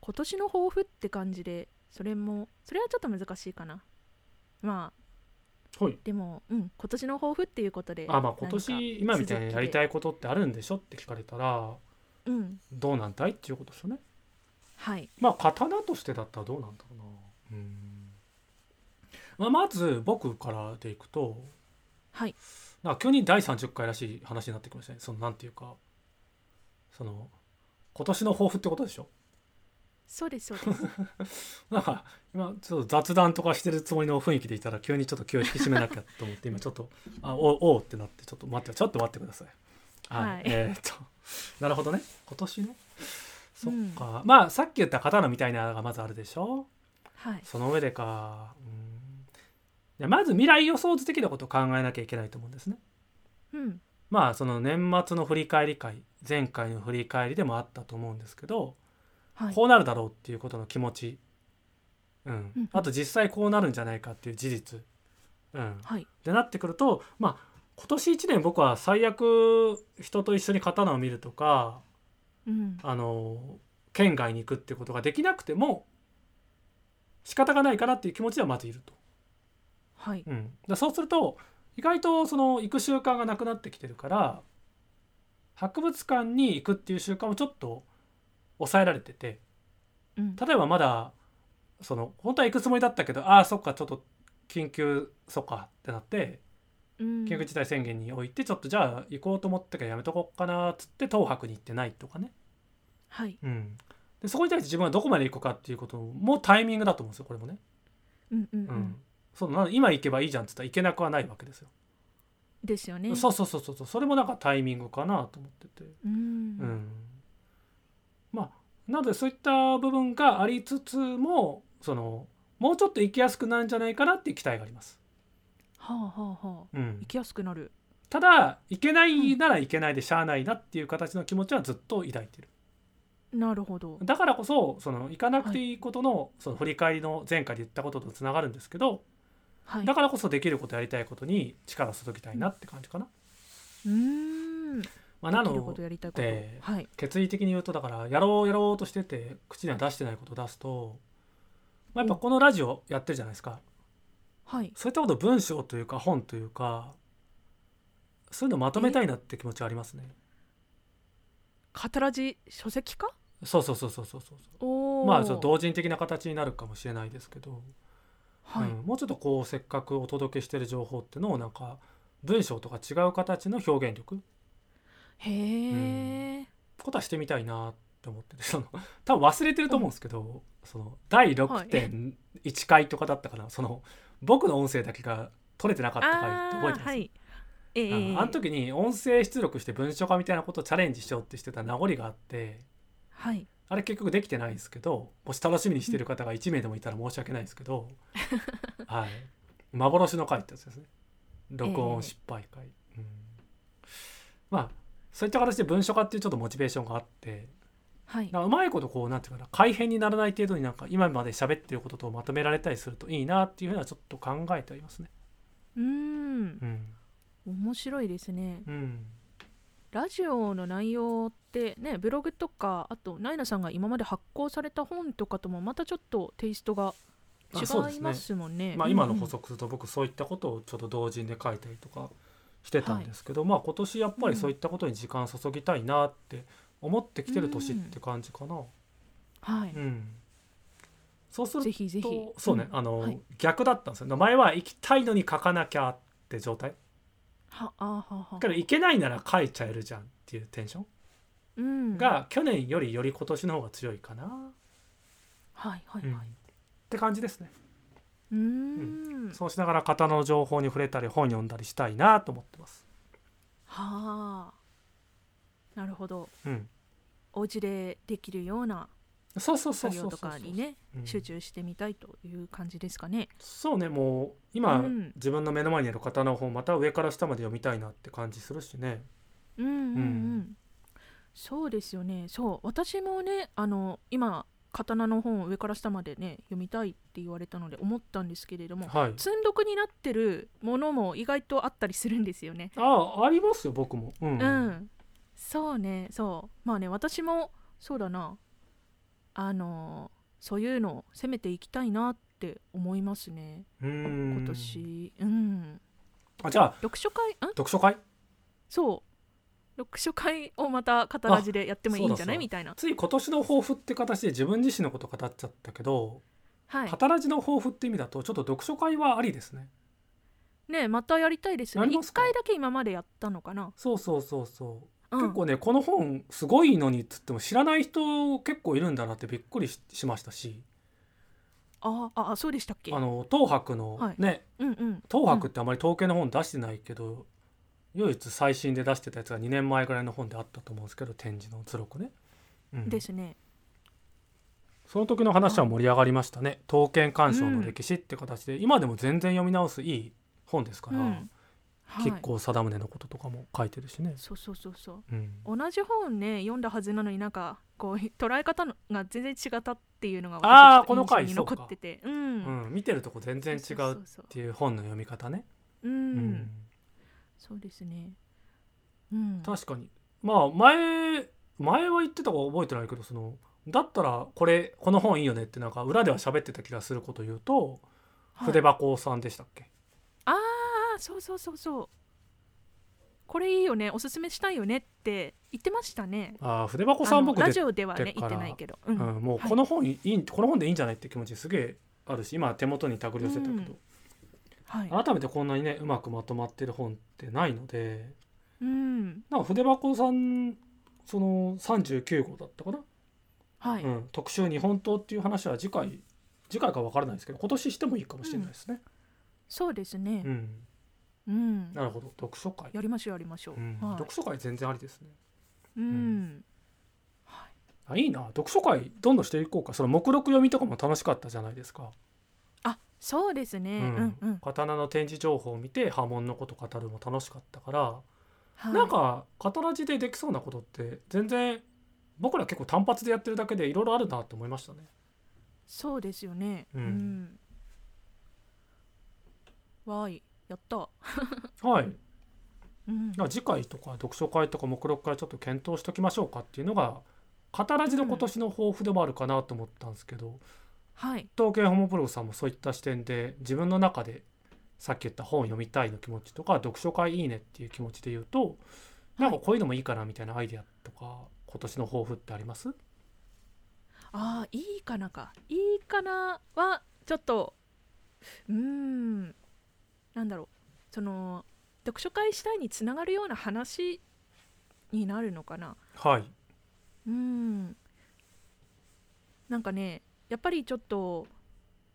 今年の抱負って感じでそれもそれはちょっと難しいかなまあはいでもうん今年の抱負っていうことであまあ何今か年今みたいにやりた続いことってあるんでしょって聞かれたらきでうんどうなんだいっていうことですよね。はいまあ刀としてだったらどうなんだろうな。うんまあ、まず僕からでいくとはいなんか急に第30回らしい話になってきましたね。そのなんていうかその今年の抱負ってことでしょそうですそうですなんか今ちょっと雑談とかしてるつもりの雰囲気でいたら急にちょっと気を引き締めなきゃと思って今ちょっとあおおうってなってちょっと待ってちょっと待ってください。はい、はいえーっとなるほどね今年ねそっか、まあさっき言った刀みたいなのがまずあるでしょ はいその上でかうんいやまず未来予想図的なことを考えなきゃいけないと思うんですねうんまあその年末の振り返り会前回の振り返りでもあったと思うんですけど、はいこうなるだろうっていうことの気持ち、うんうんあと実際こうなるんじゃないかっていう事実、うん、はいでなってくるとまあ今年1年僕は最悪人と一緒に刀を見るとかうんあの県外に行くってことができなくても仕方がないからっていう気持ちはまずいると。はいうん、だからそうすると意外とその行く習慣がなくなってきてるから博物館に行くっていう習慣もちょっと抑えられててうん例えばまだその本当は行くつもりだったけどああそっかちょっと緊急そっかってなってうん緊急事態宣言においてちょっとじゃあ行こうと思ったけどやめとこうかなっつって東博に行ってないとかね、はいうん、でそこに対して自分はどこまで行くかっていうこともタイミングだと思うんですよこれもね。うんうんううんんそうなの今行けばいいじゃんっつったら行けなくはないわけですよ。ですよねそうそうそうそうそうそれもなんかタイミングかなと思ってて、ううんんまあなのでそういった部分がありつつもそのもうちょっと行きやすくなるんじゃないかなっていう期待があります、はあはあはあうん行、きやすくなるただ行けないなら行けないでしゃあないなっていう形の気持ちはずっと抱いてるなるほどだからこそその行かなくていいことの,、その振り返りの前回で言ったこととつながるんですけどはいだからこそできることやりたいことに力を注ぎたいなって感じかな、うーんでまあ、なきるのことやりたいことではい決意的に言うとだからやろうやろうとしてて口には出してないことを出すと、まあ、やっぱこのラジオやってるじゃないですかはいそういったことを文章というか本というかそういうのまとめたいなって気持ちはありますね語らじ書籍化そうそうそうそうそうそうおーまあちょっと同人的な形になるかもしれないですけど、はい、うんもうちょっとこうせっかくお届けしてる情報ってのをなんか文章とか違う形の表現力へえ、ことはしてみたいなって思っててその多分忘れてると思うんですけど、その第6.1回とかだったかな、その僕の音声だけが取れてなかった回って覚えてます、はいええうんあの時に音声出力して文章化みたいなことをチャレンジしようってしてた名残があってはいあれ結局できてないんですけどもし楽しみにしてる方が1名でもいたら申し訳ないです けど、はい、幻の回ってやつですね録音失敗回、うんまあそういった形で文章化っていうちょっとモチベーションがあってはいなんかうまいことこうなんていうかな改変にならない程度になんか今まで喋ってることとまとめられたりするといいなっていうふうにはちょっと考えてありますね。うーんうん、面白いですねうん、ラジオの内容ってねブログとかあとナイナさんが今まで発行された本とかともまたちょっとテイストがあそう違でいすまねすもんねまあ、今の補うん足と僕そういったことをちょっと同時で書いたりとかしてたんですけど、まあ今年やっぱりそういったことに時間注ぎたいなって思ってきてる年って感じかな。うんはい、うん、そうするとぜひぜひそうね、んあの、はい逆だったんですよ前は行きたいのに書かなきゃって状態はあははだから行けないなら書いちゃえるじゃんっていうテンションうんが去年よりより今年の方が強いかな、はいはいうんっはいて感じですね、うーんはそうしながら型の情報に触れたり本読んだりしたいなと思ってます、あなるほどうん、お家でできるようなそうそうそう作そ業うとそうかにねうん集中してみたいという感じですかねそうねもう今、うん自分の目の前にある型の本また上から下まで読みたいなって感じするしねうんうんうん、うんそうですよねそう私もねあの今刀の本を上から下までね読みたいって言われたので思ったんですけれどもはい積読になってるものも意外とあったりするんですよねあありますよ僕もうん、うん、そうねそうまあね私もそうだなあのそういうのを攻めていきたいなって思いますねうん今年うんあじゃあ読書会ん読書会そう読書会をまた片ラジでやってもいいんじゃないあそうだそうだみたいなつい今年の抱負って形で自分自身のこと語っちゃったけど、はい働きの抱負って意味だとちょっと読書会はありですねねまたやりたいですやねりま一すか回だけ今までやったのかな、そうそうそうそううん、結構ねこの本すごいのにっつっても知らない人結構いるんだなってびっくりししましたしあああそうでしたっけあの東博のはいね、うんうん東博ってあまり統計の本出してないけど、唯一最新で出してたやつが2年前ぐらいの本であったと思うんですけど展示の図録ね、うんですねその時の話は盛り上がりましたね「刀剣鑑賞の歴史」って形で、今でも全然読み直すいい本ですから、うんはい亀甲貞宗のこととかも書いてるしね。そうそうそうそううん同じ本ね読んだはずなのになんかこう捉え方のが全然違ったっていうのが私ちょっあーとこの回印象に残っててう、うんん見てるとこ全然違そうそっそていう本の読み方ね。うう、うんんそうですねうん確かにまあ前前は言ってたか覚えてないけどそのだったらこれこの本いいよねってなんか裏では喋ってた気がすること言うと、はい筆箱さんでしたっけああそうそうそうそうこれいいよねおすすめしたいよねって言ってましたねあー筆箱さあんの僕ラでジ、オでは出ね言てかっらてないけど、うんうん、もうはいこの本いい、この本でいいんじゃないって気持ちすげえあるし今手元に手繰り寄せたけど、はい、改めてこんなにねうまくまとまってる本ってないのでうんなんか筆箱さんその39号だったかな、はい、うん、特集日本刀っていう話は次回次回か分からないですけど今年してもいいかもしれないですね。そうですねうんうん、なるほど読書会、やりましょうやりましょう、うんはい読書会全然ありですねうん、んはい、あいいな読書会どんどんしていこうかその目録読みとかも楽しかったじゃないですか、あそうですねうんうん、刀の展示情報を見て波紋のこと語るも楽しかったから、はい、なんか刀字でできそうなことって全然僕ら結構単発でやってるだけでいろいろあるなって思いましたねそうですよねううんん、わーいやったはいうんだから次回とか読書会とか目録からちょっと検討しときましょうかっていうのが刀字の今年の抱負でもあるかなと思ったんですけど、はい東京ホモプロさんもそういった視点で自分の中でさっき言った本読みたいの気持ちとか読書会いいねっていう気持ちで言うとなんかこういうのもいいかなみたいなアイデアとか今年の抱負ってありますああいいかなかいいかなはちょっとうーんなんだろうその読書会したいにつながるような話になるのかなはい。うんなんかねやっぱりちょっと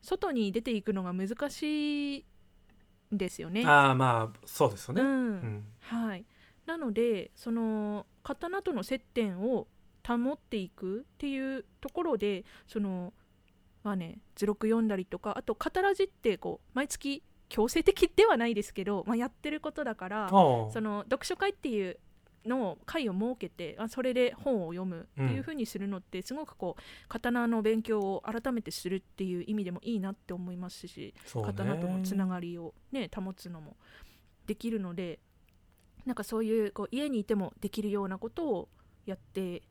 外に出ていくのが難しいんですよね。ああまあそうですよね。ううんん。はい、なのでその刀との接点を保っていくっていうところでそのまあね図録読んだりとかあと語らじってこう毎月強制的ではないですけど、まあ、やってることだからああその読書会っていうのを会を設けてあそれで本を読むっていうふうにするのって、すごくこう刀の勉強を改めてするっていう意味でもいいなって思いますしそうね刀とのつながりを、ね、保つのもできるのでなんかそういうこう家にいてもできるようなことをやって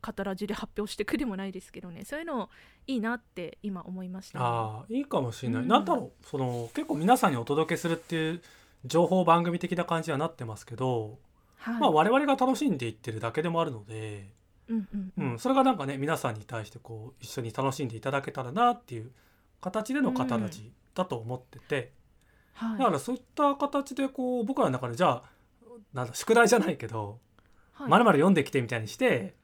刀地で発表してくでもないですけどねそういうのいいなって今思いましたね、ああいいかもしれない。うんなんだろうその結構皆さんにお届けするっていう情報番組的な感じにはなってますけど、はいまあ我々が楽しんでいってるだけでもあるので、うんうんううんん、それがなんかね皆さんに対してこう一緒に楽しんでいただけたらなっていう形での形だと思ってて、はいだからそういった形でこう僕らの中でじゃあなんだ宿題じゃないけどはいまるまる読んできてみたいにして、はい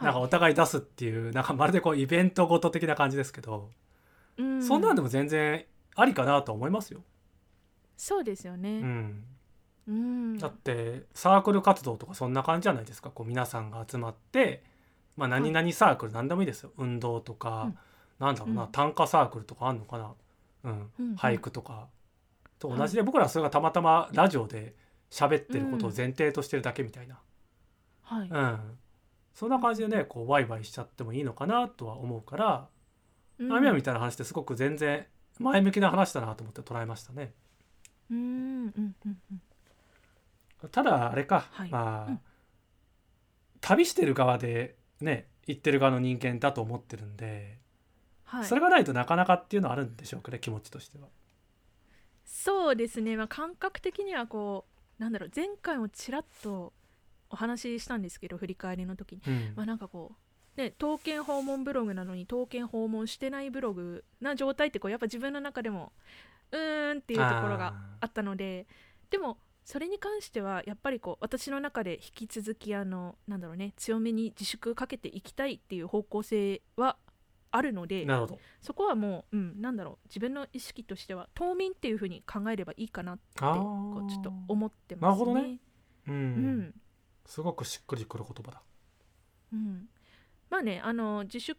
なんかお互い出すっていうなんかまるでこうイベントごと的な感じですけど、うそんなんでも全然ありかなと思いますよ。そうですようね。ん、うん。だってサークル活動とかそんな感じじゃないですかこう皆さんが集まって、まあ、何々サークル何でもいいですよ運動とか、なんだろうな、うん短歌サークルとかあんのかな、うんうんうん俳句とかと同じで、僕らはそれがたまたまラジオで喋ってることを前提としてるだけみたいな、はい。うんそんな感じでねこうワイワイしちゃってもいいのかなとは思うから、うアミアみんたいな話ってすごく全然前向きな話だなと思って捉えましたね。うんうんうんうん。ただあれか、はいまうあ、ん旅してる側でね行ってる側の人間だと思ってるんで、はいそ。れがないとなかなかっていうのはあるんでしょうけど気持ちとしては。そうですね。まあ感覚的にはこうなんだろう前回もちらっとお話ししたんですけど振り返りの時に、うんまあなんかこう。ね、刀剣訪問ブログなのに刀剣訪問してないブログな状態ってこうやっぱ自分の中でもうーんっていうところがあったのででもそれに関してはやっぱりこう私の中で引き続きあのなんだろうね強めに自粛かけていきたいっていう方向性はあるのあーでなるほど。そこはもう、うん、なんだろう自分の意識としては冬眠っていうふうに考えればいいかなってあーこうちょっと思ってますね。なるほどねうんうんすごくしっくりくる言葉だ。うん、まあねあの自粛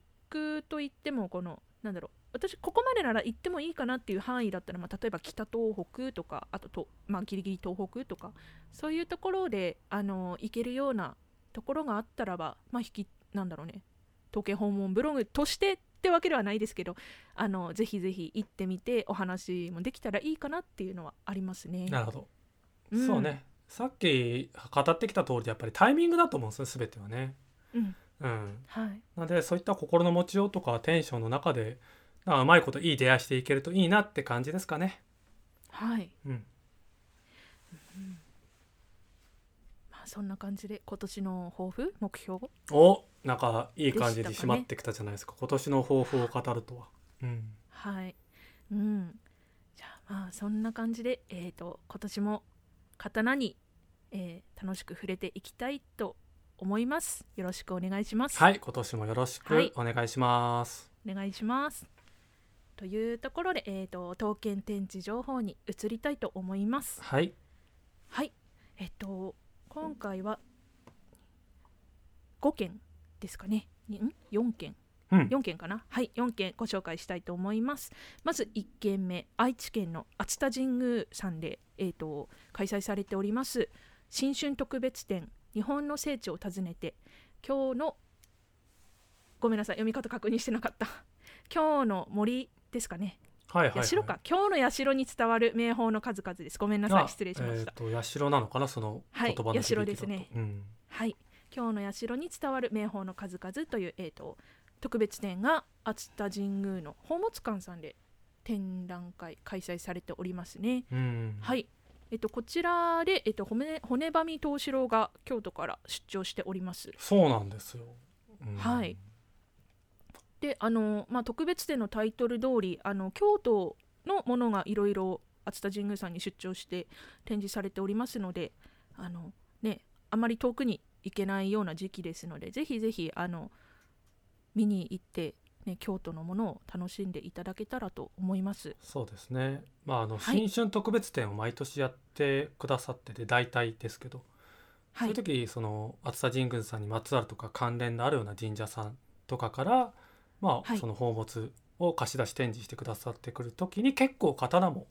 といってもこのなんだろう私ここまでなら行ってもいいかなっていう範囲だったら、まあ、例えば北東北とかあとと、まあ、ギリギリ東北とかそういうところであの行けるようなところがあったらば、まあ、引きなんだろうね統計訪問ブログとしてってわけではないですけどあのぜひぜひ行ってみてお話もできたらいいかなっていうのはありますね。なるほど。んそう、ね。さっき語ってきた通りでやっぱりタイミングだと思うんですね全てはね。うんうん。はいなのでそういった心の持ちようとかテンションの中でなんかうまいこといい出会いしていけるといいなって感じですかね。はいうん。まあ、そんな感じで今年の抱負目標おなんかいい感じでにしたか締ねまってきたじゃないですか今年の抱負を語るとは。うん、はい、うん、じゃあまあそんな感じで、えー、と今年も刀に、えー楽しく触れていきたいと思いますよろしくお願いします、はい今年もよろしはいくお願いします。お願いしますというところで、えー、と刀剣展示情報に移りたいと思いますはい、はいえっ、と今回は5件ですかねにん4件うん、 4件かなはい4件ご紹介したいと思いますまず1件目愛知県の熱田神宮さんで、えー、と開催されております新春特別展日本の聖地を訪ねて今日のごめんなさい読み方確認してなかった 今日の森ですかね、はいはい、はい。社か今日の社に伝わる名宝の数々ですごめんなさいあ失礼しました、えっ、と社なのかなそのは言い葉の響きだと社ですねうん、はい、今日の社に伝わる名宝の数々という、えー、と特別展が熱田神宮の宝物館さんで展覧会開催されておりますね。うん、、はいい、えっと、こちらで、えっと、骨骨ばみ藤四郎が京都から出張しております。そうなんですよ。うんはい、であの、まあ、特別展のタイトル通りあの京都のものがいろいろ熱田神宮さんに出張して展示されておりますのであの、ね、あまり遠くに行けないような時期ですのでぜひぜひあの見に行って、ね、京都のものを楽しんでいただけたらと思います。そうですね。まああのはい新春特別展を毎年やってくださってて大体ですけど、はい、そういう時その熱田神宮さんにまつわるとか関連のあるような神社さんとかから、まあ、はいその宝物を貸し出し展示してくださってくる時に結構刀も、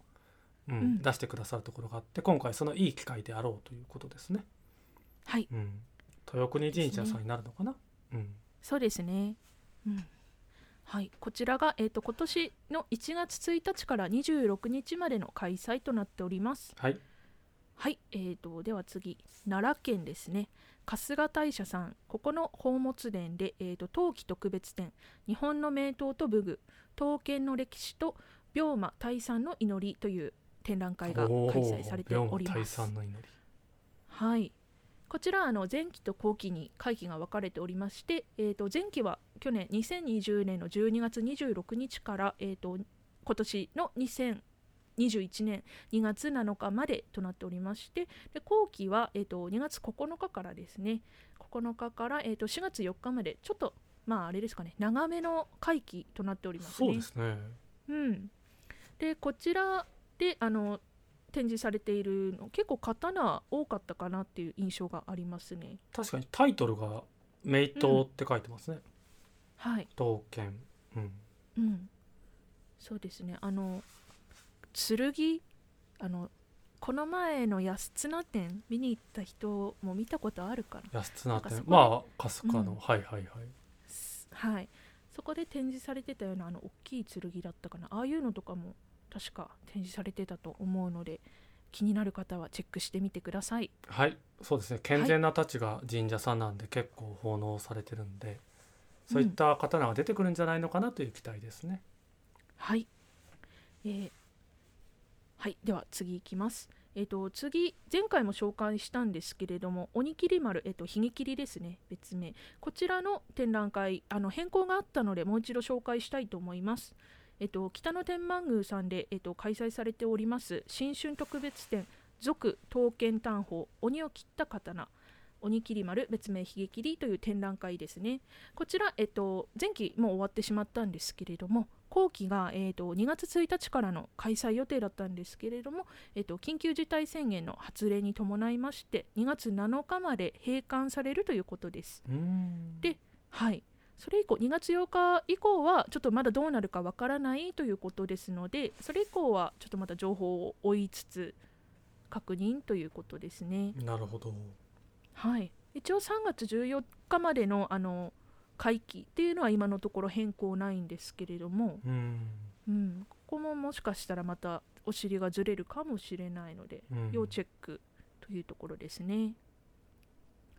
うんん出してくださるところがあって今回そのいい機会であろうということですね。はいうん、豊国神社さんになるのかな、うん、そうですね。うん。はい、こちらがえっ、と今年の1月1日から26日までの開催となっております。はいはい、えー、とでは次奈良県ですね春日大社さんここの宝物殿で、えー、と冬季特別展「日本の名刀と武具刀剣の歴史と病魔退散の祈り」という展覧会が開催されておりおー龍馬退ます散。の祈りはい、こちらあの前期と後期に会期が分かれておりまして、えー、と前期は去年2020年の12月26日から、えー、と今年の2021年2月7日までとなっておりましてで後期は、えー、と2月9日からですね9日から、えー、と4月4日までちょっとまああれですかね長めの会期となっておりますね。そうですね。うん、でこちらであの展示されているの結構刀多かったかなっていう印象がありますね。確かにタイトルが「名刀」って書いてますね。はい、刀剣、うん、うん、そうですねあの剣あのこの前の安綱展見に行った人も見たことあるかな安綱なんか店そこまあ春日の、うんはいはいはい。すはいそこで展示されてたようなあの大きい剣だったかなああいうのとかも確か展示されてたと思うので気になる方はチェックしてみてください。はい、そうですね。健全な太刀が神社さんなんで結構奉納されてるんで、そういった刀が出てくるんじゃないのかなという期待ですね。はい、えーはい、では次いきます。えっ、と次前回も紹介したんですけれども、おにきり丸えっ、とひげ切りですね、別名。こちらの展覧会あの変更があったのでもう一度紹介したいと思います。えっ、と北野天満宮さんでえっ、と開催されております新春特別展俗刀剣短宝鬼を切った刀。鬼切り丸別名ひげ切りという展覧会ですね。こちら、えっと、前期もう終わってしまったんですけれども後期が、えっと、2月1日からの開催予定だったんですけれども、えっと、緊急事態宣言の発令に伴いまして2月7日まで閉館されるということです。うんではいそれ以降2月8日以降はちょっとまだどうなるかわからないということですのでそれ以降はちょっとまた情報を追いつつ確認ということですね。なるほど。はい、一応3月14日までのあの会期っていうのは今のところ変更ないんですけれども、うん、うん、ここももしかしたらまたお尻がずれるかもしれないのでうん要チェックというところですね。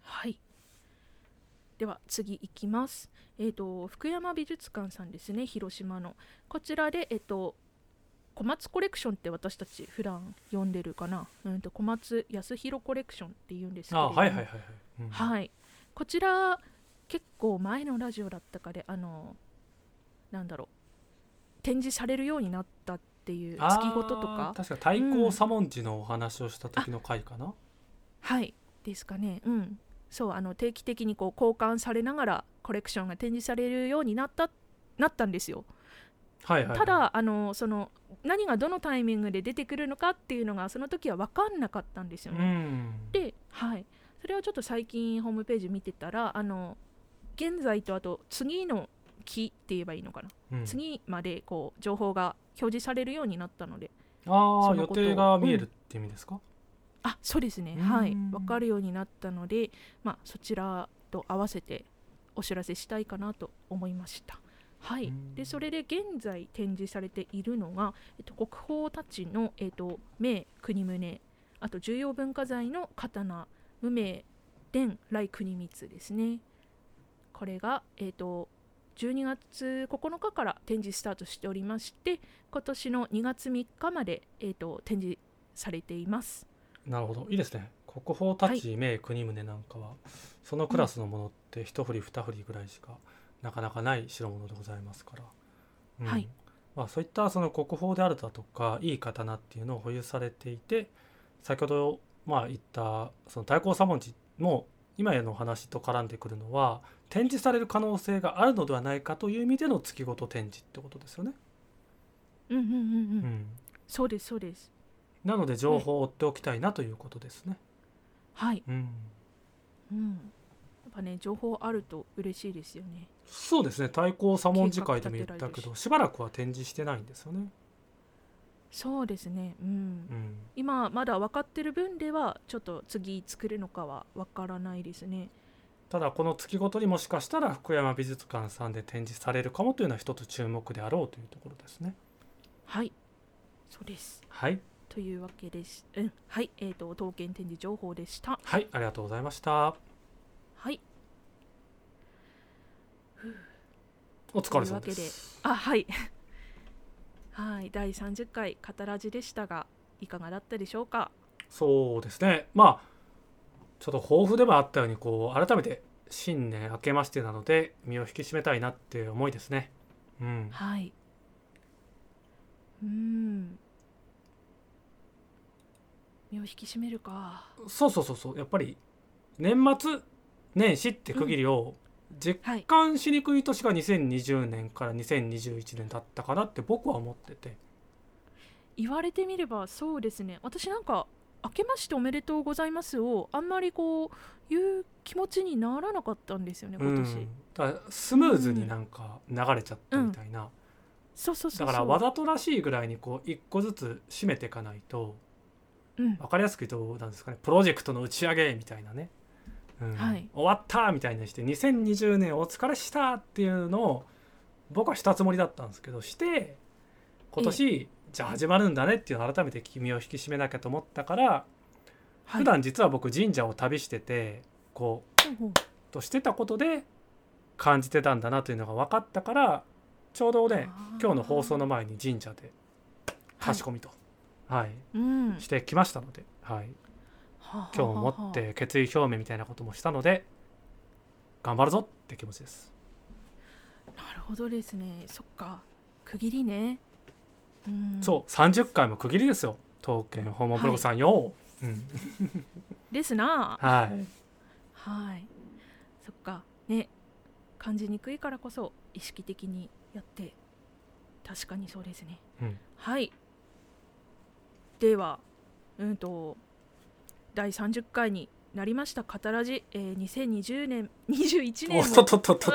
はい。では次いきます。えっ、と福山美術館さんですね、広島のこちらでえっ、と小松コレクションって私たち普段読んでるかな、うんと小松康弘コレクションって言うんですけれあ、ども、はいはいはいはい。うんはい、こちら結構前のラジオだったかであのなんだろう展示されるようになったっていうあー月ごととか確か太閤左文字のお話をした時の回かな、はいですかねうんそうあの定期的にこう交換されながらコレクションが展示されるようになったなったんですよはいはいはい、ただあのその何がどのタイミングで出てくるのかっていうのがその時は分かんなかったんですようね、ん、で、はい、それをちょっと最近ホームページ見てたらあの現在とあと次の期って言えばいいのかな、うん次までこう情報が表示されるようになったのでああそ予のことを定が見えるって意味ですか、あそうですねうんはい分かるようになったので、まあ、そちらと合わせてお知らせしたいかなと思いました。はういん、でそれで現在展示されているのが、えっと、国宝たちの、えっと、名国宗あと重要文化財の刀無名伝来国光ですねこれが、えっと12月9日から展示スタートしておりまして今年の2月3日まで、えー、と展示されていますなるほどいいですね国宝太刀銘国宗なんかは、そのクラスのものって一振り二振りぐらいしかなかなかない代物でございますから、うんはいまあ、そういったその国宝であるだとかいい刀っていうのを保有されていて先ほどまあ言ったその太閤左文字も今へのお話と絡んでくるのは展示される可能性があるのではないかという意味での月ごと展示ってことですよね。うんうんうんううんん、そうですそうですなので情報を追っておきたいなということですね。はい、うんうん、やっぱね情報あると嬉しいですよねそうですね対抗左文字会でも言った計画立けてられてどしばらくは展示してないんですよね。そうですねうん、うん、今まだ分かってる分ではちょっと次作るのかは分からないですねただこの月ごとにもしかしたら福山美術館さんで展示されるかもというのは一つ注目であろうというところですね。はいそうですはい、というわけです、うん、はいえー、と刀剣展示情報でしたはい、ありがとうございました。はいお疲れ様でというわす。あはい はい第30回「カタラジ」でしたがいかがだったでしょうかそうですね。まあちょっと抱負でもあったようにこう改めて新年明けましてなので身を引き締めたいなっていう思いですね。うん、はいうーん身を引き締めるかそうそうそうそうやっぱり年末年始って区切りを実はい感しにくい年が2020年から2021年だったかなって僕は思ってて言われてみればそうですね私なんか「明けましておめでとうございます」をあんまりこう言う気持ちにならなかったんですよね今年、うんだからスムーズになんか流れちゃったみたいな、そうそうそうそうだからわざとらしいぐらいにこう一個ずつ締めていかないとうん分かりやすく言うとなんですかねプロジェクトの打ち上げみたいなね、うんはい終わったみたいにして2020年お疲れしたっていうのを僕はしたつもりだったんですけどして今年じゃあ始まるんだねっていうのを改めて君を引き締めなきゃと思ったからはい普段実は僕神社を旅しててこうほうほうとしてたことで感じてたんだなというのが分かったからちょうどねあー今日の放送の前に神社ではい貸し込みと、はいうんはしてきましたので、はい、あはあ今日をもって決意表明みたいなこともしたので頑張るぞって気持ちです。なるほどですねそっか区切りねうんそう30回も区切りですよ刀剣訪問ブログさんよ、うんですなはい、はいそっかね感じにくいからこそ意識的にやって確かにそうですねうんはいではうんと第30回になりました「カタラジ」えー、2020年21お年っとっとっとっとっと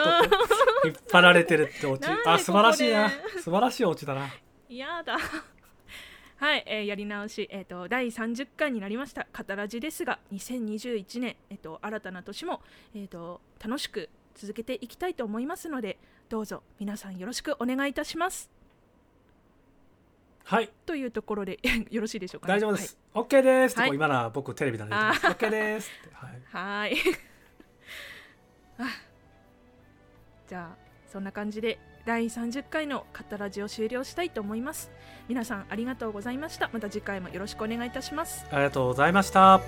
引っ張られてるってオチなんであ素晴らしいこなこ素晴らしいオチだなやだ はい、えーやり直し、えー、と第30回になりました「カタラジ」ですが2021年、えー、と新たな年も、えー、と楽しく続けていきたいと思いますのでどうぞ皆さんよろしくお願いいたしますはいというところで よろしいでしょうかね、大丈夫です。オッケーです。はいこう今なら僕テレビだね。オあッケーですって。ははい。いは ーいあじゃあそんな感じで第30回の「カタラジ」を終了したいと思います皆さんありがとうございましたまた次回もよろしくお願いいたしますありがとうございました。